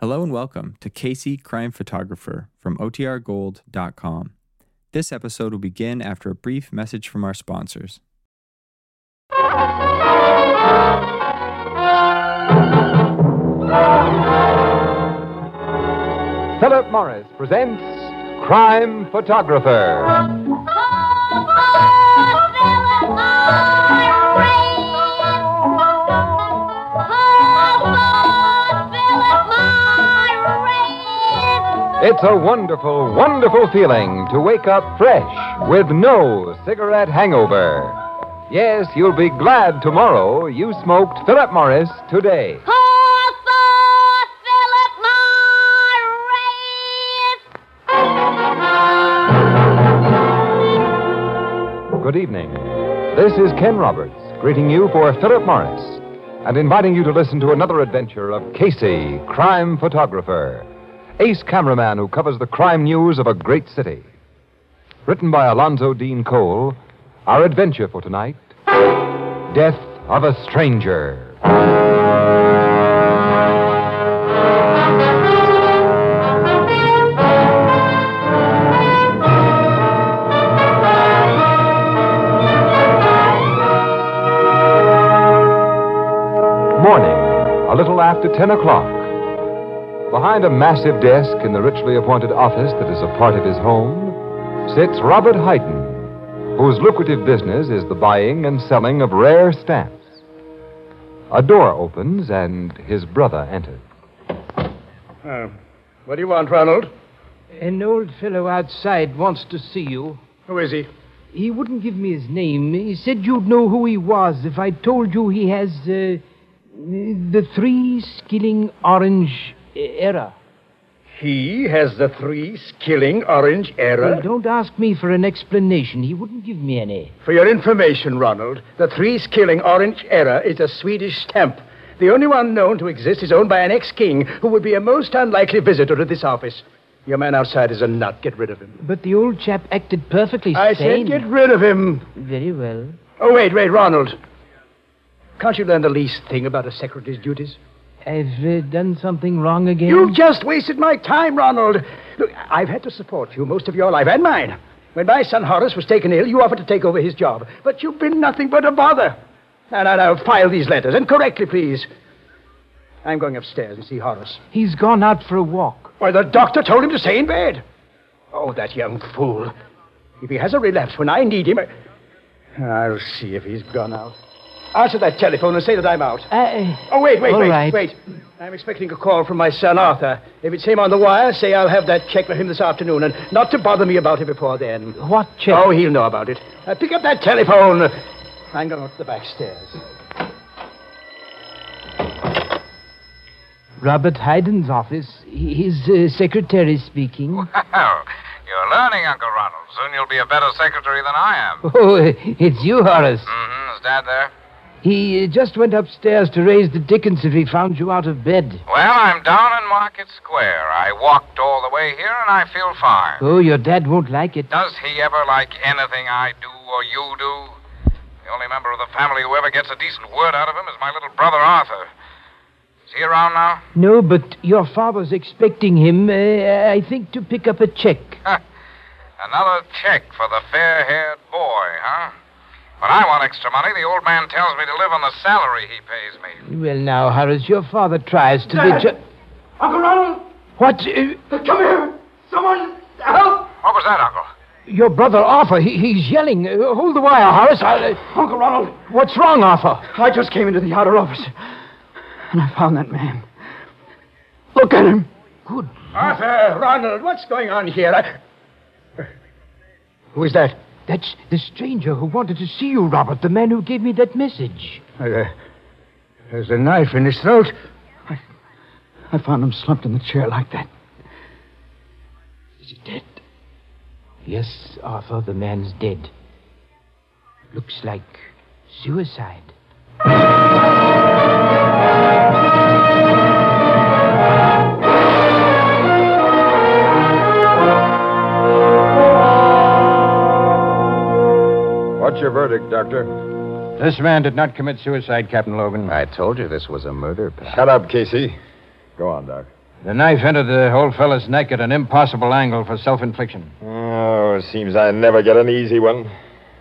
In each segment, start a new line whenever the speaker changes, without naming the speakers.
Hello and welcome to Casey Crime Photographer from OTRGold.com. This episode will begin after a brief message from our sponsors.
Philip Morris presents Crime Photographer. It's a wonderful, wonderful feeling to wake up fresh with no cigarette hangover. Yes, you'll be glad tomorrow you smoked Philip Morris today. Good evening. This is Ken Roberts greeting you for Philip Morris and inviting you to listen to another adventure of Casey, crime photographer, ace cameraman who covers the crime news of a great city. Written by Alonzo Dean Cole, our adventure for tonight Death of a Stranger. Morning, a little after 10 o'clock. Behind a massive desk in the richly appointed office that is a part of his home sits Robert Hyden, whose lucrative business is the buying and selling of rare stamps. A door opens and his brother enters.
Uh, what do you want, Ronald?
An old fellow outside wants to see you.
Who is he?
He wouldn't give me his name. He said you'd know who he was if I told you he has uh, the three skilling orange error.
He has the three skilling orange error.
Well, don't ask me for an explanation. He wouldn't give me any.
For your information, Ronald, the three skilling orange error is a Swedish stamp. The only one known to exist is owned by an ex king who would be a most unlikely visitor to this office. Your man outside is a nut. Get rid of him.
But the old chap acted perfectly
I
sane.
said get rid of him.
Very well.
Oh, wait, wait, Ronald. Can't you learn the least thing about a secretary's duties?
I've uh, done something wrong again.
You've just wasted my time, Ronald. Look, I've had to support you most of your life and mine. When my son Horace was taken ill, you offered to take over his job, but you've been nothing but a bother. Now, now, now, file these letters, and correctly, please. I'm going upstairs and see Horace.
He's gone out for a walk.
Why, the doctor told him to stay in bed. Oh, that young fool. If he has a relapse when I need him, I- I'll see if he's gone out. Answer that telephone and say that I'm out.
Uh,
Oh, wait, wait,
All
wait,
right.
wait. I'm expecting a call from my son, Arthur. If it's him on the wire, say I'll have that check for him this afternoon, and not to bother me about it before then.
what check?
Oh, he'll know about it. Uh, pick up that telephone. I'm going up the back stairs.
Robert Hyden's office. His uh, secretary speaking.
Well, you're learning, Uncle Ronald. Soon you'll be a better secretary than I am.
Oh, it's you, Horace.
Mm-hmm. Is Dad there?
He uh, just went upstairs to raise the dickens if he found you out of bed.
Well, I'm down in Market Square. I walked all the way here, and I feel fine.
Oh, your dad won't like it.
Does he ever like anything I do or you do? The only member of the family who ever gets a decent word out of him is my little brother Arthur. Is he around now?
No, but your father's expecting him, uh, I think, to pick up a check.
Another check for the fair-haired boy, huh? When I want extra money, the old man tells me to live on the salary he pays me.
Well, now, Horace, your father tries to be ju-
Uncle Ronald,
What? Uh,
come here. Someone, help.
What was that, Uncle?
your brother Arthur, he, he's yelling. Uh, hold the wire, Horace. I'll, uh,
Uncle Ronald,
what's wrong, Arthur?
I just came into the outer office, and I found that man. Look at him.
Good.
Arthur, Ronald, what's going on here? I... Who is that?
That's the stranger who wanted to see you, Robert, the man who gave me that message.
There- There's a knife in his throat. I, I found him slumped in the chair like that.
Is he dead? Yes, Arthur, the man's dead. Looks like suicide.
What's your verdict, Doctor?
This man did not commit suicide, Captain Logan.
I told you this was a murder, pal.
Shut up, Casey.
Go on, Doc.
The knife entered the old fellow's neck at an impossible angle for self infliction.
Oh, seems I never get an easy one.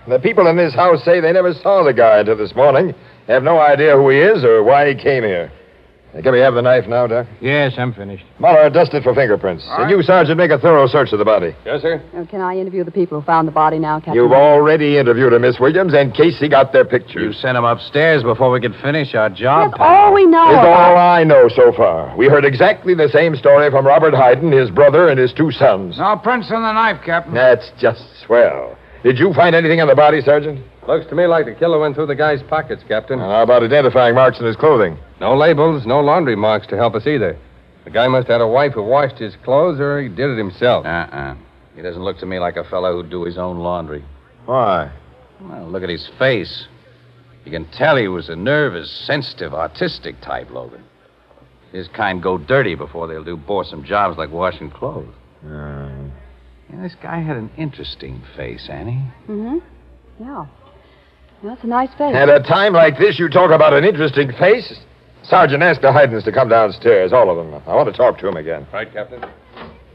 The people in this house say they never saw the guy until this morning. They have no idea who he is or why he came here. Can we have the knife now, Doc?
Yes, I'm finished.
Muller, dust it for fingerprints. And you, Sergeant, make a thorough search of the body.
Yes, sir.
Now, can I interview the people who found the body now, Captain?
You've already interviewed her, Miss Williams, and Casey got their
You
pictures.
sent him upstairs before we could finish our job.
That's all Oh, we know.
It's
about-
all I know so far. We heard exactly the same story from Robert Hyden, his brother, and his two sons.
No prints on the knife, Captain.
That's just swell. Did you find anything on the body, Sergeant?
Looks to me like the killer went through the guy's pockets, Captain.
How about identifying marks in his clothing?
No labels, no laundry marks to help us either. The guy must have had a wife who washed his clothes, or he did it himself.
Uh-uh. He doesn't look to me like a fellow who'd do his own laundry.
Why?
Well, look at his face. You can tell he was a nervous, sensitive, artistic type, Logan. His kind go dirty before they'll do boresome jobs like washing clothes.
Uh.
Yeah, this guy had an interesting face, Annie.
Mm-hmm. Yeah. Well, That's a nice face.
At a time like this, you talk about an interesting face? Sergeant, ask the Hydens to come downstairs, all of them. I want to talk to him again.
Right, Captain?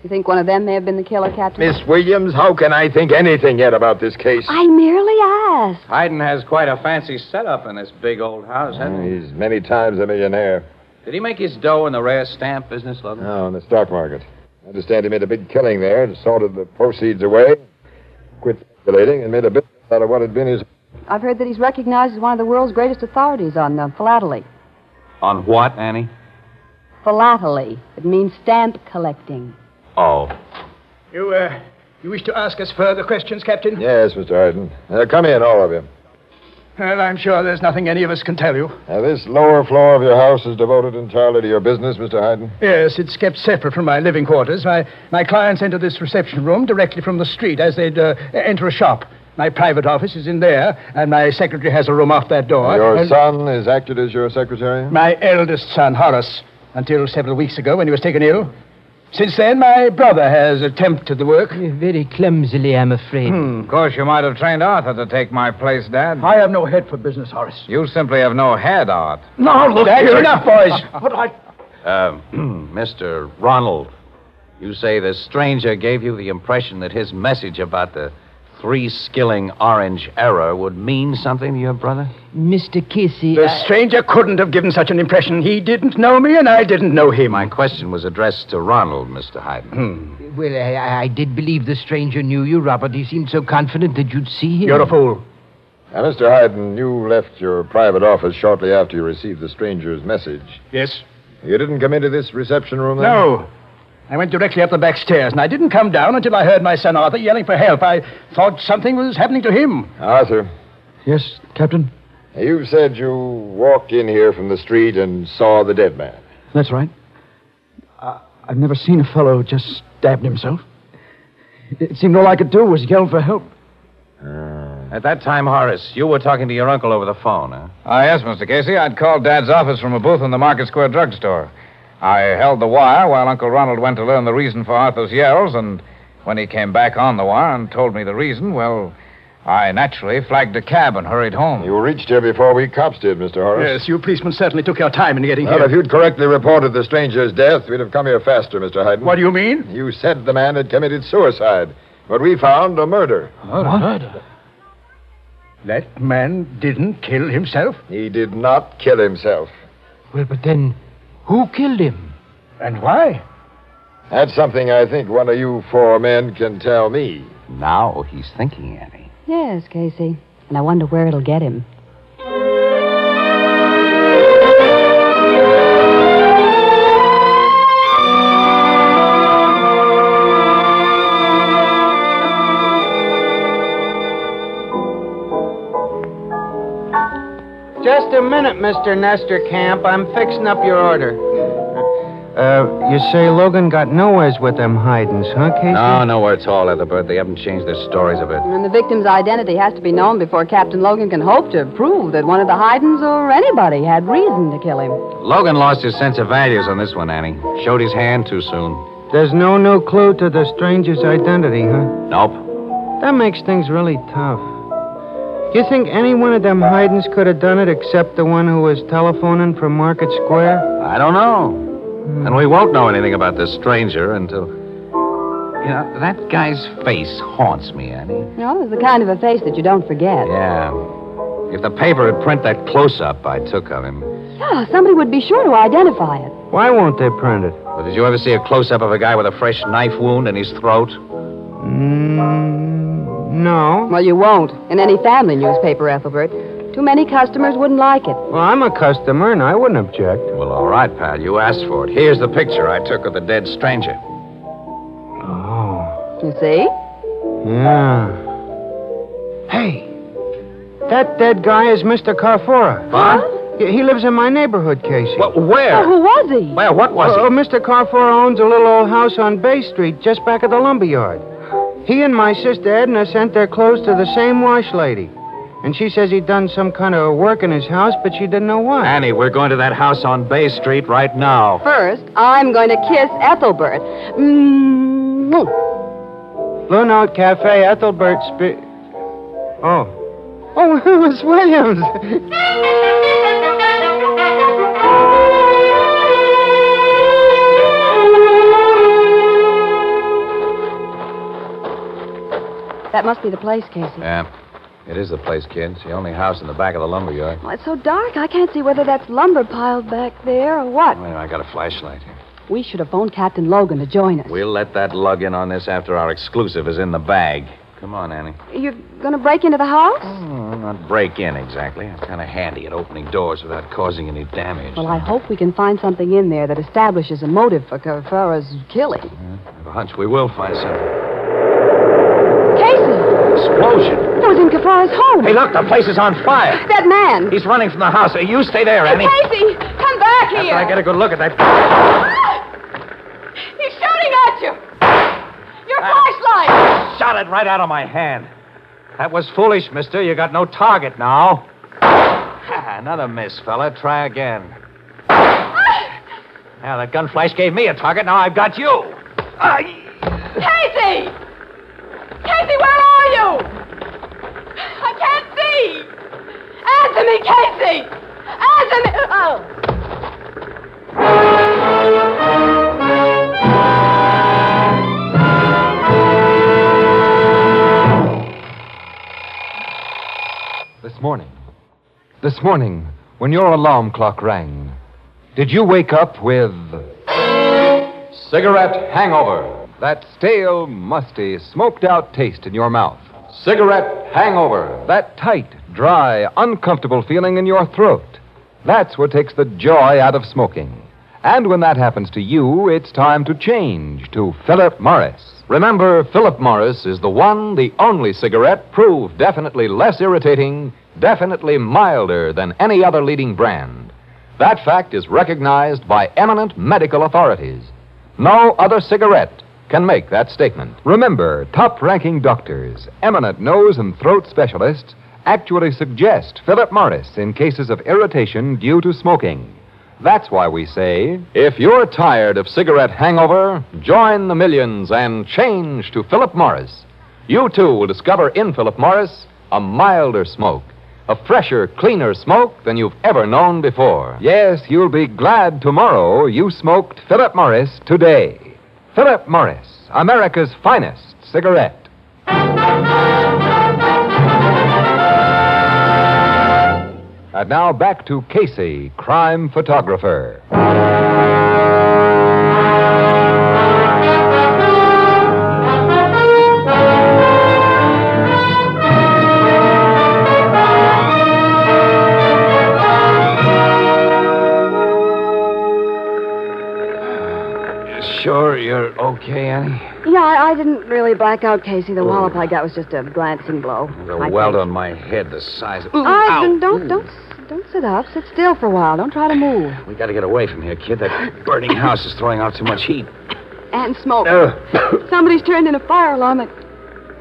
You think one of them may have been the killer, Captain?
Miss Williams, how can I think anything yet about this case?
I merely asked.
Hyden has quite a fancy setup in this big old house, hasn't he?
He's many times a millionaire.
Did he make his dough in the rare stamp business, Logan?
Now, in the stock market. I understand he made a big killing there and sorted the proceeds away, quit speculating, and made a business out of what had been his.
I've heard that he's recognized as one of the world's greatest authorities on uh, philately.
On what, Annie?
Philately. It means stamp collecting.
Oh.
You, uh, you wish to ask us further questions, Captain?
Yes, Mr. Hyden. Uh, come in, all of you.
Well, I'm sure there's nothing any of us can tell you.
Now, Uh, this lower floor of your house is devoted entirely to your business, Mr. Hyden.
Yes, it's kept separate from my living quarters. My, my clients enter this reception room directly from the street as they'd uh, enter a shop. My private office is in there, and my secretary has a room off that door.
Your
And
son has acted as your secretary?
My eldest son, Horace, until several weeks ago when he was taken ill. Since then, my brother has attempted the work.
Very clumsily, I'm afraid.
Hmm.
Of course, you might have trained Arthur to take my place, Dad.
I have no head for business, Horace.
You simply have no head, Art.
No, look, that's enough, boys. What I
Uh, Mr. Ronald, you say the stranger gave you the impression that his message about the three skilling orange error would mean something to your brother?
Mr. Casey,
The
I-
stranger couldn't have given such an impression. He didn't know me, and I didn't know him.
My question was addressed to Ronald, Mr. Hyden.
well, I, I did believe the stranger knew you, Robert. He seemed so confident that you'd see him.
You're a fool.
Now, Mr. Hyden, Uh, you left your private office shortly after you received the stranger's message.
Yes?
You didn't come into this reception room then?
No. I went directly up the back stairs, and I didn't come down until I heard my son Arthur yelling for help. I thought something was happening to him.
Arthur, Uh,
Yes, Captain.
you said you walked in here from the street and saw the dead man.
That's right. I've never seen a fellow just stabbed himself. It seemed all I could do was yell for help.
At that time, Horace, you were talking to your uncle over the phone, huh?
Ah, yes, Mr. Casey. I'd called Dad's office from a booth in the Market Square drugstore. I held the wire while Uncle Ronald went to learn the reason for Arthur's yells, and when he came back on the wire and told me the reason, well, I naturally flagged a cab and hurried home.
You reached here before we cops did, Mr. Horace.
Yes, you policemen certainly took your time in getting
Well,
here.
if you'd correctly reported the stranger's death, we'd have come here faster, Mr. Hyden.
What do you mean?
You said the man had committed suicide, but we found a murder.
That man didn't kill himself.
He did not kill himself.
Well, but then, who killed him?
And why?
That's something I think one of you four men can tell me.
Now he's thinking, Annie.
Yes, Casey. And I wonder where it'll get him.
Just a minute, Mr. Nestor Camp. I'm fixing up your order. Uh, you say Logan got nowheres with them Hydens, huh, Casey?
No, nowhere at all, Ethelbert. They haven't changed their stories a bit.
And the victim's identity has to be known before Captain Logan can hope to prove that one of the Hydens or anybody had reason to kill him.
Logan lost his sense of values on this one, Annie. Showed his hand too soon.
There's no new clue to the stranger's identity, huh?
Nope.
That makes things really tough. You think any one of them Hydens could have done it except the one who was telephoning from Market Square?
I don't know.
Hmm.
And we won't know anything about this stranger until. You know, that guy's face haunts me, Annie.
You know, it's the kind of a face that you don't forget.
Yeah. If the paper had print that close up I took of him.
Yeah, Ah, somebody would be sure to identify it.
Why won't they print it?
But did you ever see a close up of a guy with a fresh knife wound in his throat?
No.
Well, you won't in any family newspaper, Ethelbert. Too many customers wouldn't like it.
Well, I'm a customer and I wouldn't object.
Well, all right, pal. You asked for it. Here's the picture I took of the dead stranger.
Oh.
You see?
Yeah. Hey, that dead guy is Mr. Carfora.
What?
He he lives in my neighborhood, Casey.
What?
Oh,
Where?
who was he?
Where? What was
Oh,
it?
Mr. Carfora owns a little old house on Bay Street, just back of the lumber yard. He and my sister Edna sent their clothes to the same wash lady. And she says he'd done some kind of work in his house, but she didn't know what.
Annie, we're going to that house on Bay Street right now.
First, I'm going to kiss Ethelbert. mm
Blue Note Cafe, Ethelbert Spe. Oh. Oh, it was Williams.
That must be the place, Casey.
Yeah. It is the place, kid. It's the only house in the back of the lumber yard.
Well, it's so dark, I can't see whether that's lumber piled back there or what.
Wait a minute, I got a flashlight here.
We should have phoned Captain Logan to join us.
We'll let that lug in on this after our exclusive is in the bag. Come on, Annie.
You're going to break into the house?
Oh, not break in exactly. I'm kind of handy at opening doors without causing any damage.
Well, I hope we can find something in there that establishes a motive for Carfara's killing.
I have a hunch we will find something.
Casey!
Explosion!
That was in Carfara's home!
Hey, look, the place is on fire.
That man!
He's running from the house. Hey, You stay there, Annie.
Casey! Come back
After
here!
I get a good look at that.
He's shooting at you! Your
Ah.
flashlight!
Shot it right out of my hand. That was foolish, mister. You got no target now. Ah, Another miss, fella. Try again.
Ah.
Now, that gun flash gave me a target. Now I've got you. Aye.
Casey! Casey, where are you? I can't see. Answer me, Casey! Answer me! Oh!
This morning. This morning, when your alarm clock rang, did you wake up with. Cigarette hangover. That stale, musty, smoked out taste in your mouth. Cigarette hangover. That tight, dry, uncomfortable feeling in your throat. That's what takes the joy out of smoking. And when that happens to you, it's time to change to Philip Morris. Remember, Philip Morris is the one, the only cigarette proved definitely less irritating, definitely milder than any other leading brand. That fact is recognized by eminent medical authorities. No other cigarette can make that statement. Remember, top ranking doctors, eminent nose and throat specialists actually suggest Philip Morris in cases of irritation due to smoking. That's why we say if you're tired of cigarette hangover, join the millions and change to Philip Morris. You too will discover in Philip Morris a milder smoke, a fresher, cleaner smoke than you've ever known before. Yes, you'll be glad tomorrow you smoked Philip Morris today. Philip Morris, America's finest cigarette. And now back to Casey, crime photographer.
Sure, you're okay, Annie?
Yeah, I, I didn't really black out, Casey.
Oh.
The wallop I got was just a glancing blow.
There's
I
a welt
think.
on my head the size of.
I don't, don't, don't, s- don't sit up. Sit still for a while. Don't try to move.
We gotta get away from here, kid. That burning house is throwing off too much heat.
And smoke.
Ugh.
Somebody's turned in a fire alarm. It-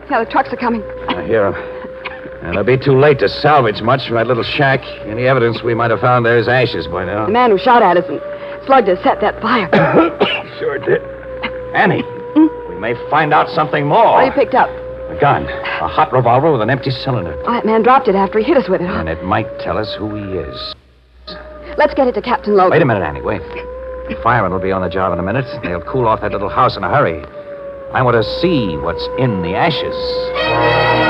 Yeah, the trucks are coming.
I hear him. And it'll be too late to salvage much from that little shack. Any evidence we might have found there is ashes by now.
The man who shot at us and slugged us set that fire.
Sure did. Annie,
Mm.
we may find out something more.
What do you picked up?
A gun. A hot revolver with an empty cylinder.
Oh, that man dropped it after he hit us with it.
And it might tell us who he is.
Let's get it to Captain Logan.
Wait a minute, Annie. Wait. The firemen will be on the job in a minute. They'll cool off that little house in a hurry. I want to see what's in the ashes.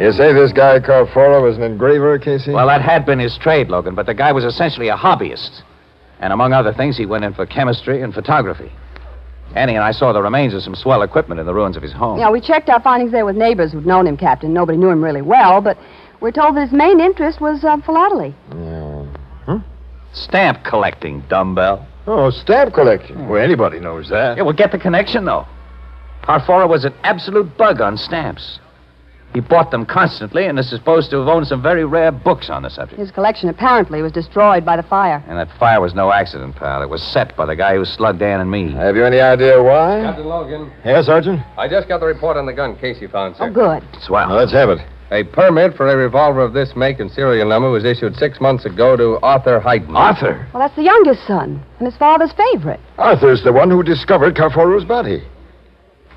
You say this guy Carfora was an engraver, Casey?
Well, that had been his trade, Logan, but the guy was essentially a hobbyist. And among other things, he went in for chemistry and photography. Annie and I saw the remains of some swell equipment in the ruins of his home.
Yeah, we checked our findings there with neighbors who'd known him, Captain. Nobody knew him really well, but we're told that his main interest was uh, philately.
Stamp collecting, dumbbell. Hmm.
Oh, stamp collecting. Well, anybody knows that.
Yeah, well, get the connection, though. Parfora was an absolute bug on stamps. He bought them constantly and is supposed to have owned some very rare books on the subject.
His collection apparently was destroyed by the fire.
And that fire was no accident, pal. It was set by the guy who slugged Ann and me.
Have you any idea why?
Captain Logan,
Yeah, Sergeant?
I just got the report on the gun Casey found, sir.
Oh, good.
Swell.
let's have it.
A permit for a revolver of this make and serial number was issued six months ago to Arthur Hayden.
Arthur?
Well, that's the youngest son and his father's favorite.
Arthur's the one who discovered Carforo's body.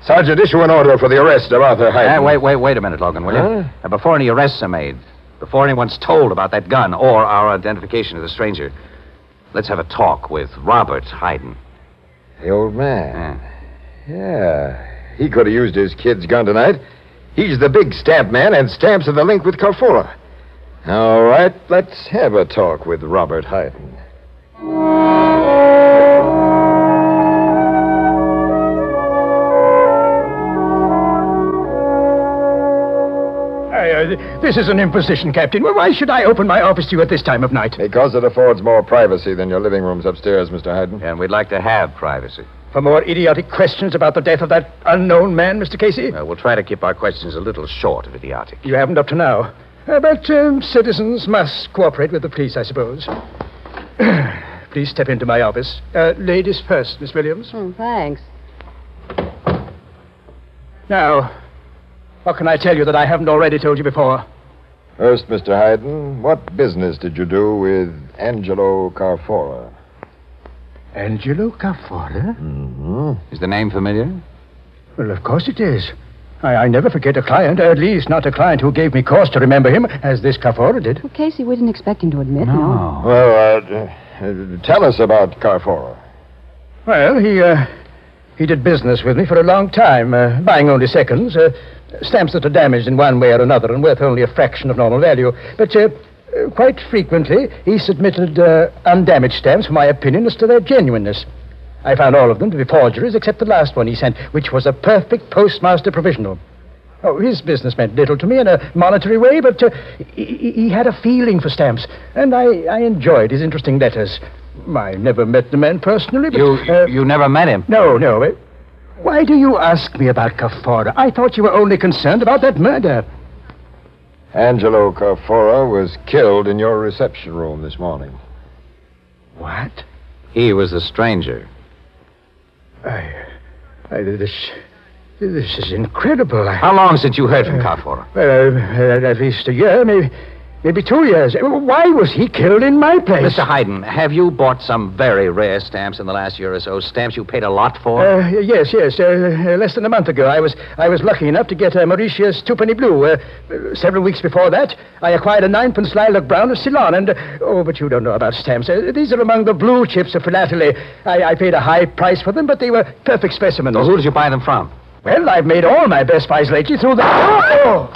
Sergeant, issue an order for the arrest of Arthur Hyde.
Hey, Ah, wait, wait, wait a minute, Logan, will you?
Huh?
Uh, before any arrests are made, before anyone's told about that gun or our identification of the stranger, let's have a talk with Robert Hayden.
The old man. Yeah. He could have used his kid's gun tonight. He's the big stamp man, and stamps are the link with Carfora. All right, let's have a talk with Robert Hyden.
I, uh, this is an imposition, Captain. Well, why should I open my office to you at this time of night?
Because it affords more privacy than your living rooms upstairs, Mr. Hyden.
And we'd like to have privacy.
For more idiotic questions about the death of that unknown man, Mr. Casey?
Uh, we'll try to keep our questions a little short of idiotic.
You haven't up to now. Uh, but um, citizens must cooperate with the police, I suppose. Please step into my office. Uh, ladies first, Miss Williams.
Hmm, thanks.
Now, what can I tell you that I haven't already told you before?
First, Mr. Hyden, what business did you do with Angelo Carfora?
Angelo Cafora?
Is the name familiar?
Well, of course it is. I, I never forget a client, at least not a client who gave me cause to remember him, as this Cafora did.
Well, Casey, we didn't expect him to admit, no.
Oh.
Well, uh, uh, tell us about Carfora.
Well, he, uh, he did business with me for a long time, uh, buying only seconds, uh, stamps that are damaged in one way or another and worth only a fraction of normal value. But uh, uh, quite frequently, he submitted uh, undamaged stamps for my opinion as to their genuineness. I found all of them to be forgeries except the last one he sent, which was a perfect postmaster provisional. Oh, his business meant little to me in a monetary way, but uh, he- he, he had a feeling for stamps, and I, I enjoyed his interesting letters. I never met the man personally, but...
You,
uh,
you never met him.
no, no. eh, Why do you ask me about Cafora? I thought you were only concerned about that murder.
Angelo Carfora was killed in your reception room this morning.
What?
He was the stranger.
I, I this, this is incredible. I,
How long since you heard from Carfora?
well, uh, at least a year, maybe, maybe two years. Uh, Why was he killed in my place?
Mr. Hayden, have you bought some very rare stamps in the last year or so? Stamps you paid a lot for?
Uh, yes, yes. Uh, uh, less than a month ago, I was I was lucky enough to get a Mauritius twopenny blue. Uh, uh, several weeks before that, I acquired a ninepence lilac brown of Ceylon. And uh, oh, but you don't know about stamps. Uh, these are among the blue chips of philately. I, I paid a high price for them, but they were perfect specimens.
Well, who did you buy them from?
Well, I've made all my best buys lately through the.
Ah!
Oh!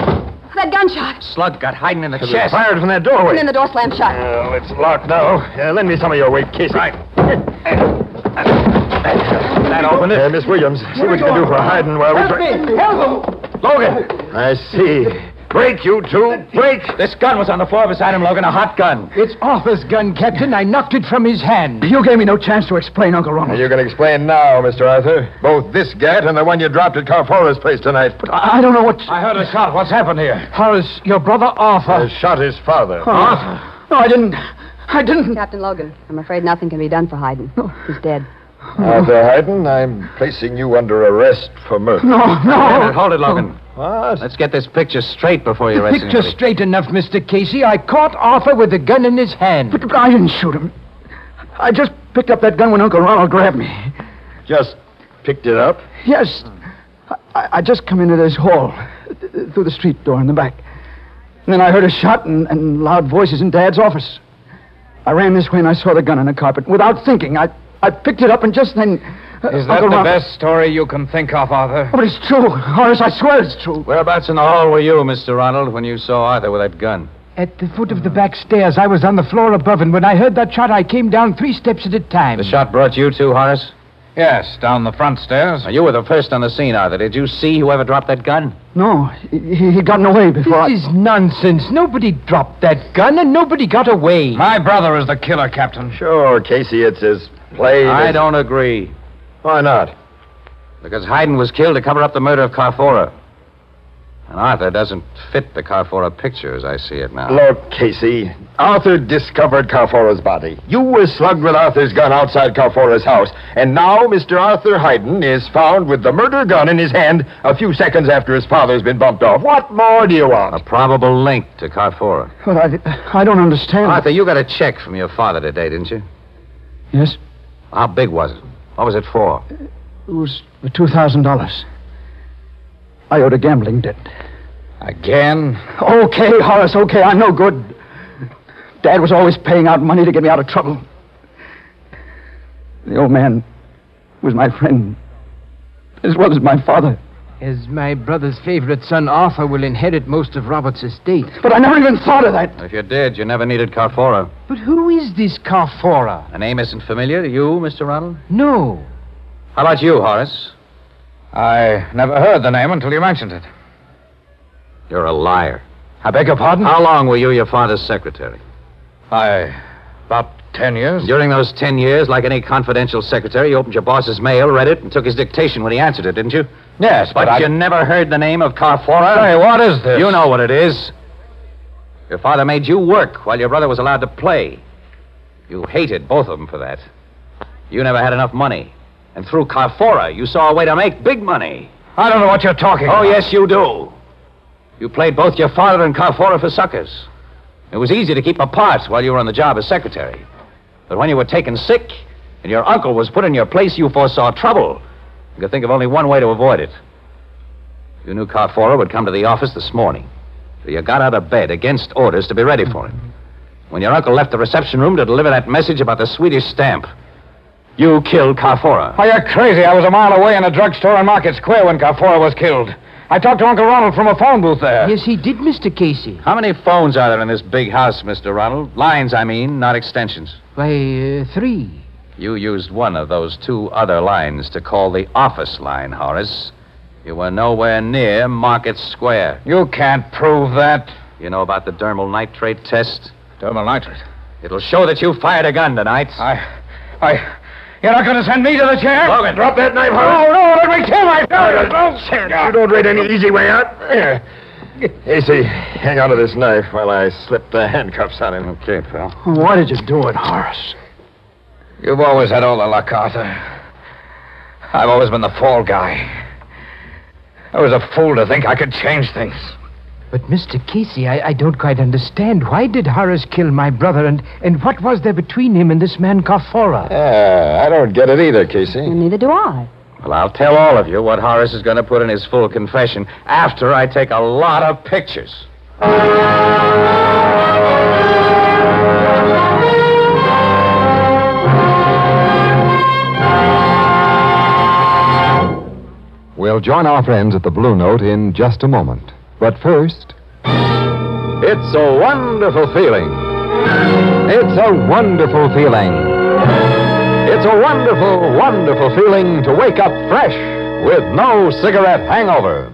That gunshot.
Slug got Hayden in the
Yes.
chest.
fired from that
And
doorway.
then the door slammed shut.
Well, it's locked now. Uh, lend me some of your weight, Casey. Right.
That opened it.
Uh, Miss Williams, see what you can do for Hyden while we
Help
try.
me! Help him!
Logan!
I see. Break, you two. Break.
This gun was on the floor beside him, Logan, a hot gun.
It's Arthur's gun, Captain. I knocked it from his hand. You gave me no chance to explain, Uncle Ronald.
You can explain now, Mr. Arthur. Both this gat and the one you dropped at Carfora's place tonight.
I, I don't know what.
I heard a shot. What's happened here?
Horace, your brother Arthur.
Uh, shot his father.
Arthur? No, I didn't. I didn't.
Captain Logan, I'm afraid nothing can be done for Hayden. He's dead.
Arthur Hyden, I'm placing you under arrest for murder.
No, no.
Hold it, Logan.
What?
Let's get this picture straight before you arrest
Picture
anybody.
straight enough, Mr. Casey. I caught Arthur with the gun in his hand.
But I didn't shoot him. I just picked up that gun when Uncle Ronald grabbed me.
Just picked it up.
Yes. I, I just come into this hall.
th- through the street door in the back. And then I heard a shot and, and loud voices in Dad's office. I ran this way and I saw the gun in the carpet. Without thinking, I, I picked it up and just then. uh,
Is that
Uncle
the
Ron-
best story you can think of, Arthur?
Oh, but it's true, Horace. I swear it's true.
Whereabouts in the hall were you, Mr. Ronald, when you saw Arthur with that gun?
At the foot of the back stairs, I was on the floor above, and when I heard that shot, I came down three steps at a time.
The shot brought you to, Horace?
Yes, down the front stairs.
you were the first on the scene, Arthur. Did you see whoever dropped that gun?
No, he, he got away before
This is nonsense. Nobody dropped that gun, and nobody got away.
My brother is the killer, Captain.
Sure, Casey, it's as plain
I
as-
don't agree.
Why not?
Because Haydn was killed to cover up the murder of Carfora. And Arthur doesn't fit the Carfora picture as I see it now.
Look, Casey, Arthur discovered Carfora's body. You were slugged with Arthur's gun outside Carfora's house, and now Mr. Arthur Hayden is found with the murder gun in his hand a few seconds after his father's been bumped off. What more do you want?
A probable link to Carfora.
But I, I don't understand.
Arthur, you got a check from your father today, didn't you?
Yes?
How big was it? What was it for?
It was $2,000. I owed a gambling debt.
Again?
Okay, Horace, okay, I'm no good. Dad was always paying out money to get me out of trouble. The old man was my friend, as well as my father.
As my brother's favorite son, Arthur will inherit most of Robert's estate.
But I never even thought of that.
If you did, you never needed Carfora.
But who is this Carfora?
A name isn't familiar to you, Mr. Ronald?
No.
How about you, Horace?
I never heard the name until you mentioned it.
You're a liar.
I beg your pardon?
How long were you your father's secretary?
I. about ten years.
During those ten years, like any confidential secretary, you opened your boss's mail, read it, and took his dictation when he answered it, didn't you?
Yes,
But,
but I-
you never heard the name of Carfora?
Say, what is this?
You know what it is. Your father made you work while your brother was allowed to play. You hated both of them for that. You never had enough money. And through Carfora, you saw a way to make big money.
I don't know what you're talking
Oh, yes, you do. You played both your father and Carfora for suckers. It was easy to keep apart while you were on the job as secretary. But when you were taken sick and your uncle was put in your place, you foresaw trouble. You could think of only one way to avoid it. You knew Carfora would come to the office this morning. So you got out of bed against orders to be ready for him. When your uncle left the reception room to deliver that message about the Swedish stamp, you killed Carfora.
Why, you're crazy. I was a mile away in a drugstore in Market Square when Carfora was killed. I talked to Uncle Ronald from a phone booth there.
Yes, he did, Mr. Casey.
How many phones are there in this big house, Mr. Ronald? Lines, I mean, not extensions.
Why, uh, three.
You used one of those two other lines to call the office line, Horace. You were nowhere near Market Square.
You can't prove that.
You know about the dermal nitrate test?
Dermal nitrate?
It'll show that you fired a gun tonight.
I. I. You're not going to send me to the chair?
Logan,
Drop that knife,
Oh,
Horace.
no, let me kill myself.
You don't read any easy way out. Here. Casey, hang on to this knife while I slip the handcuffs on him.
Okay, pal.
Why did you do it, Horace?
You've always had all the luck, Arthur. I've always been the fall guy. I was a fool to think I could change things.
But, Mr. Casey, I, I don't quite understand. Why did Horace kill my brother, and, and what was there between him and this man Carfora?
Yeah, Ah, I don't get it either, Casey.
And neither do I.
Well, I'll tell all of you what Horace is going to put in his full confession after I take a lot of pictures.
We'll join our friends at the Blue Note in just a moment. But first.
It's a wonderful feeling.
It's a wonderful feeling.
It's a wonderful, wonderful feeling to wake up fresh with no cigarette hangover.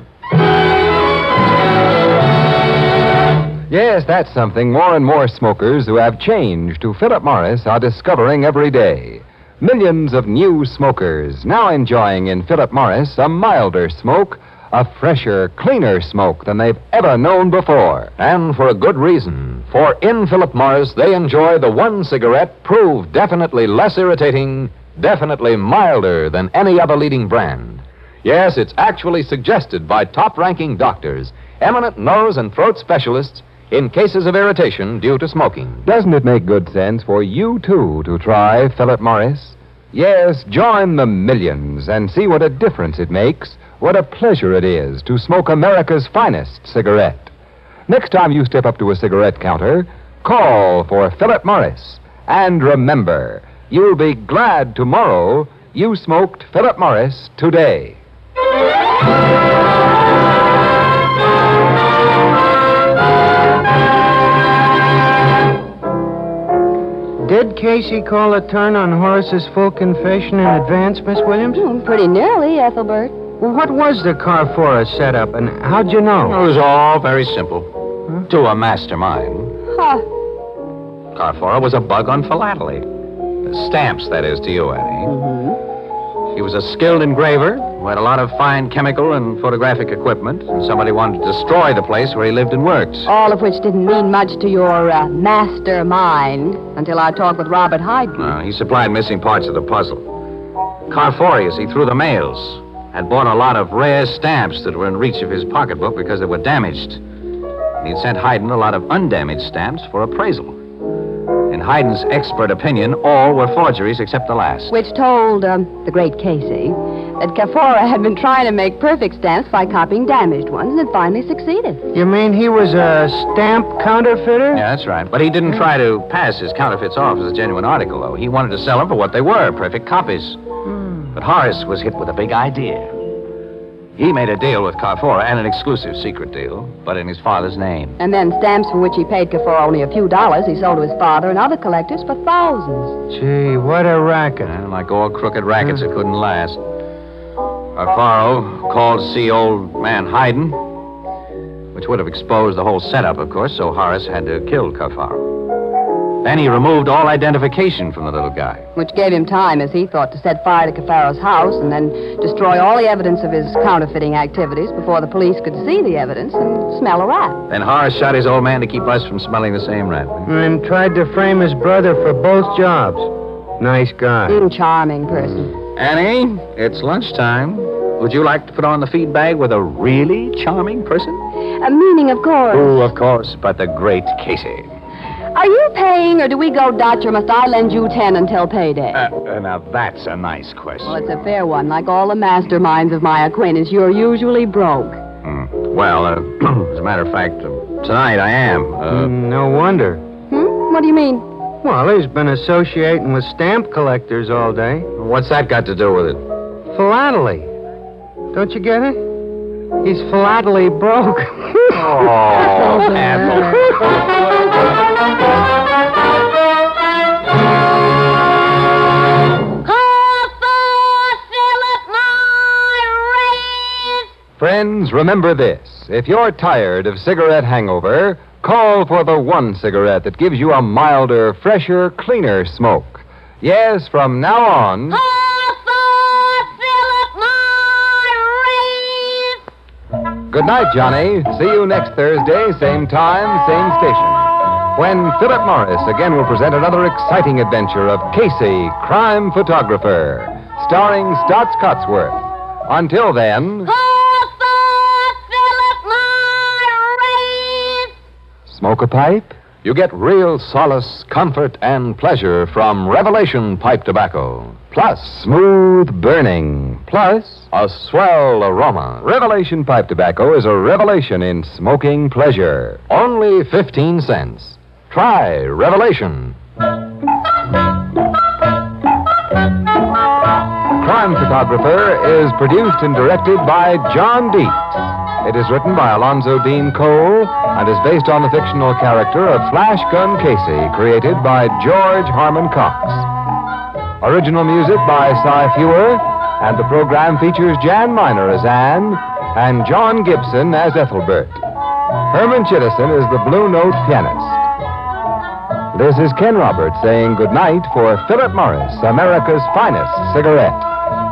Yes, that's something more and more smokers who have changed to Philip Morris are discovering every day. Millions of new smokers now enjoying in Philip Morris a milder smoke, a fresher, cleaner smoke than they've ever known before.
And for a good reason, for in Philip Morris, they enjoy the one cigarette proved definitely less irritating, definitely milder than any other leading brand.
Yes, it's actually suggested by top ranking doctors, eminent nose and throat specialists, in cases of irritation due to smoking. Doesn't it make good sense for you, too, to try Philip Morris? Yes, join the millions and see what a difference it makes What a pleasure it is to smoke America's finest cigarette. Next time you step up to a cigarette counter, call for Philip Morris. And remember, you'll be glad tomorrow you smoked Philip Morris today.
Did Casey call a turn on Horace's full confession in advance, Miss Williams?
Hmm, Pretty nearly, Ethelbert.
Well, what was the Carfora setup, and how'd you know?
It was all very simple. To a mastermind,
Huh.
Carfora was a bug on philately. Stamps, that is, to you, Annie.
Mm-hmm.
He was a skilled engraver who had a lot of fine chemical and photographic equipment, and somebody wanted to destroy the place where he lived and worked.
All of which didn't mean much to your uh, mastermind until our talk with Robert Hyde.
Uh, he supplied missing parts of the puzzle. Carforius, he threw the mails, had bought a lot of rare stamps that were in reach of his pocketbook because they were damaged. And he'd sent Haydn a lot of undamaged stamps for appraisal. In Haydn's expert opinion, all were forgeries except the last.
Which told um, the great Casey that Cafora had been trying to make perfect stamps by copying damaged ones and had finally succeeded.
You mean he was a stamp counterfeiter?
Yeah, that's right. But he didn't try to pass his counterfeits off as a genuine article, though. He wanted to sell them for what they were perfect copies. But Horace was hit with a big idea. He made a deal with Carfora and an exclusive secret deal, but in his father's name.
And then stamps for which he paid Cafora only a few dollars he sold to his father and other collectors for thousands.
Gee, what a racket.
And like all crooked rackets, it couldn't last. Carfaro called to see old man Haydn, which would have exposed the whole setup, of course, so Horace had to kill Carfaro. Then he removed all identification from the little guy.
Which gave him time, as he thought, to set fire to Cafaro's house and then destroy all the evidence of his counterfeiting activities before the police could see the evidence and smell a rat.
Then Horace shot his old man to keep us from smelling the same rat.
And tried to frame his brother for both jobs. Nice guy.
Mm, charming person.
Annie, it's lunchtime. Would you like to put on the feed bag with a really charming person?
A meaning, of course.
Oh, of course, but the great Casey.
Are you paying, or do we go Dutch, or must I lend you ten until payday?
Uh, uh, now, that's a nice question.
well, it's a fair one. Like all the masterminds of my acquaintance, you're usually broke.
Well, uh, as a matter of fact, uh, tonight I am. Uh,
No wonder.
Hmm? What do you mean?
Well, he's been associating with stamp collectors all day.
What's that got to do with it?
Philately. Don't you get it? He's philately broke.
oh,
Friends, remember this. If you're tired of cigarette hangover, call for the one cigarette that gives you a milder, fresher, cleaner smoke. Yes, from now on. Good night, Johnny. See you next Thursday, same time, same station. When Philip Morris again will present another exciting adventure of Casey, crime photographer, starring Stotts Cotsworth. Until then. Smoke a pipe? You get real solace, comfort, and pleasure from Revelation Pipe Tobacco. Plus, smooth burning. Plus, a swell aroma. Revelation Pipe Tobacco is a revelation in smoking pleasure. Only 15 cents. Try Revelation. Crime Photographer is produced and directed by John Deet. It is written by Alonzo Dean Cole and is based on the fictional character of Flash Gun Casey, created by George Harmon Cox. Original music by Cy Fewer, and the program features Jan Miner as Anne and John Gibson as Ethelbert. Herman Chittison is the Blue Note pianist. This is Ken Roberts saying goodnight for Philip Morris, America's finest cigarette.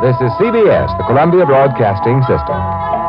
This is CBS, the Columbia Broadcasting System.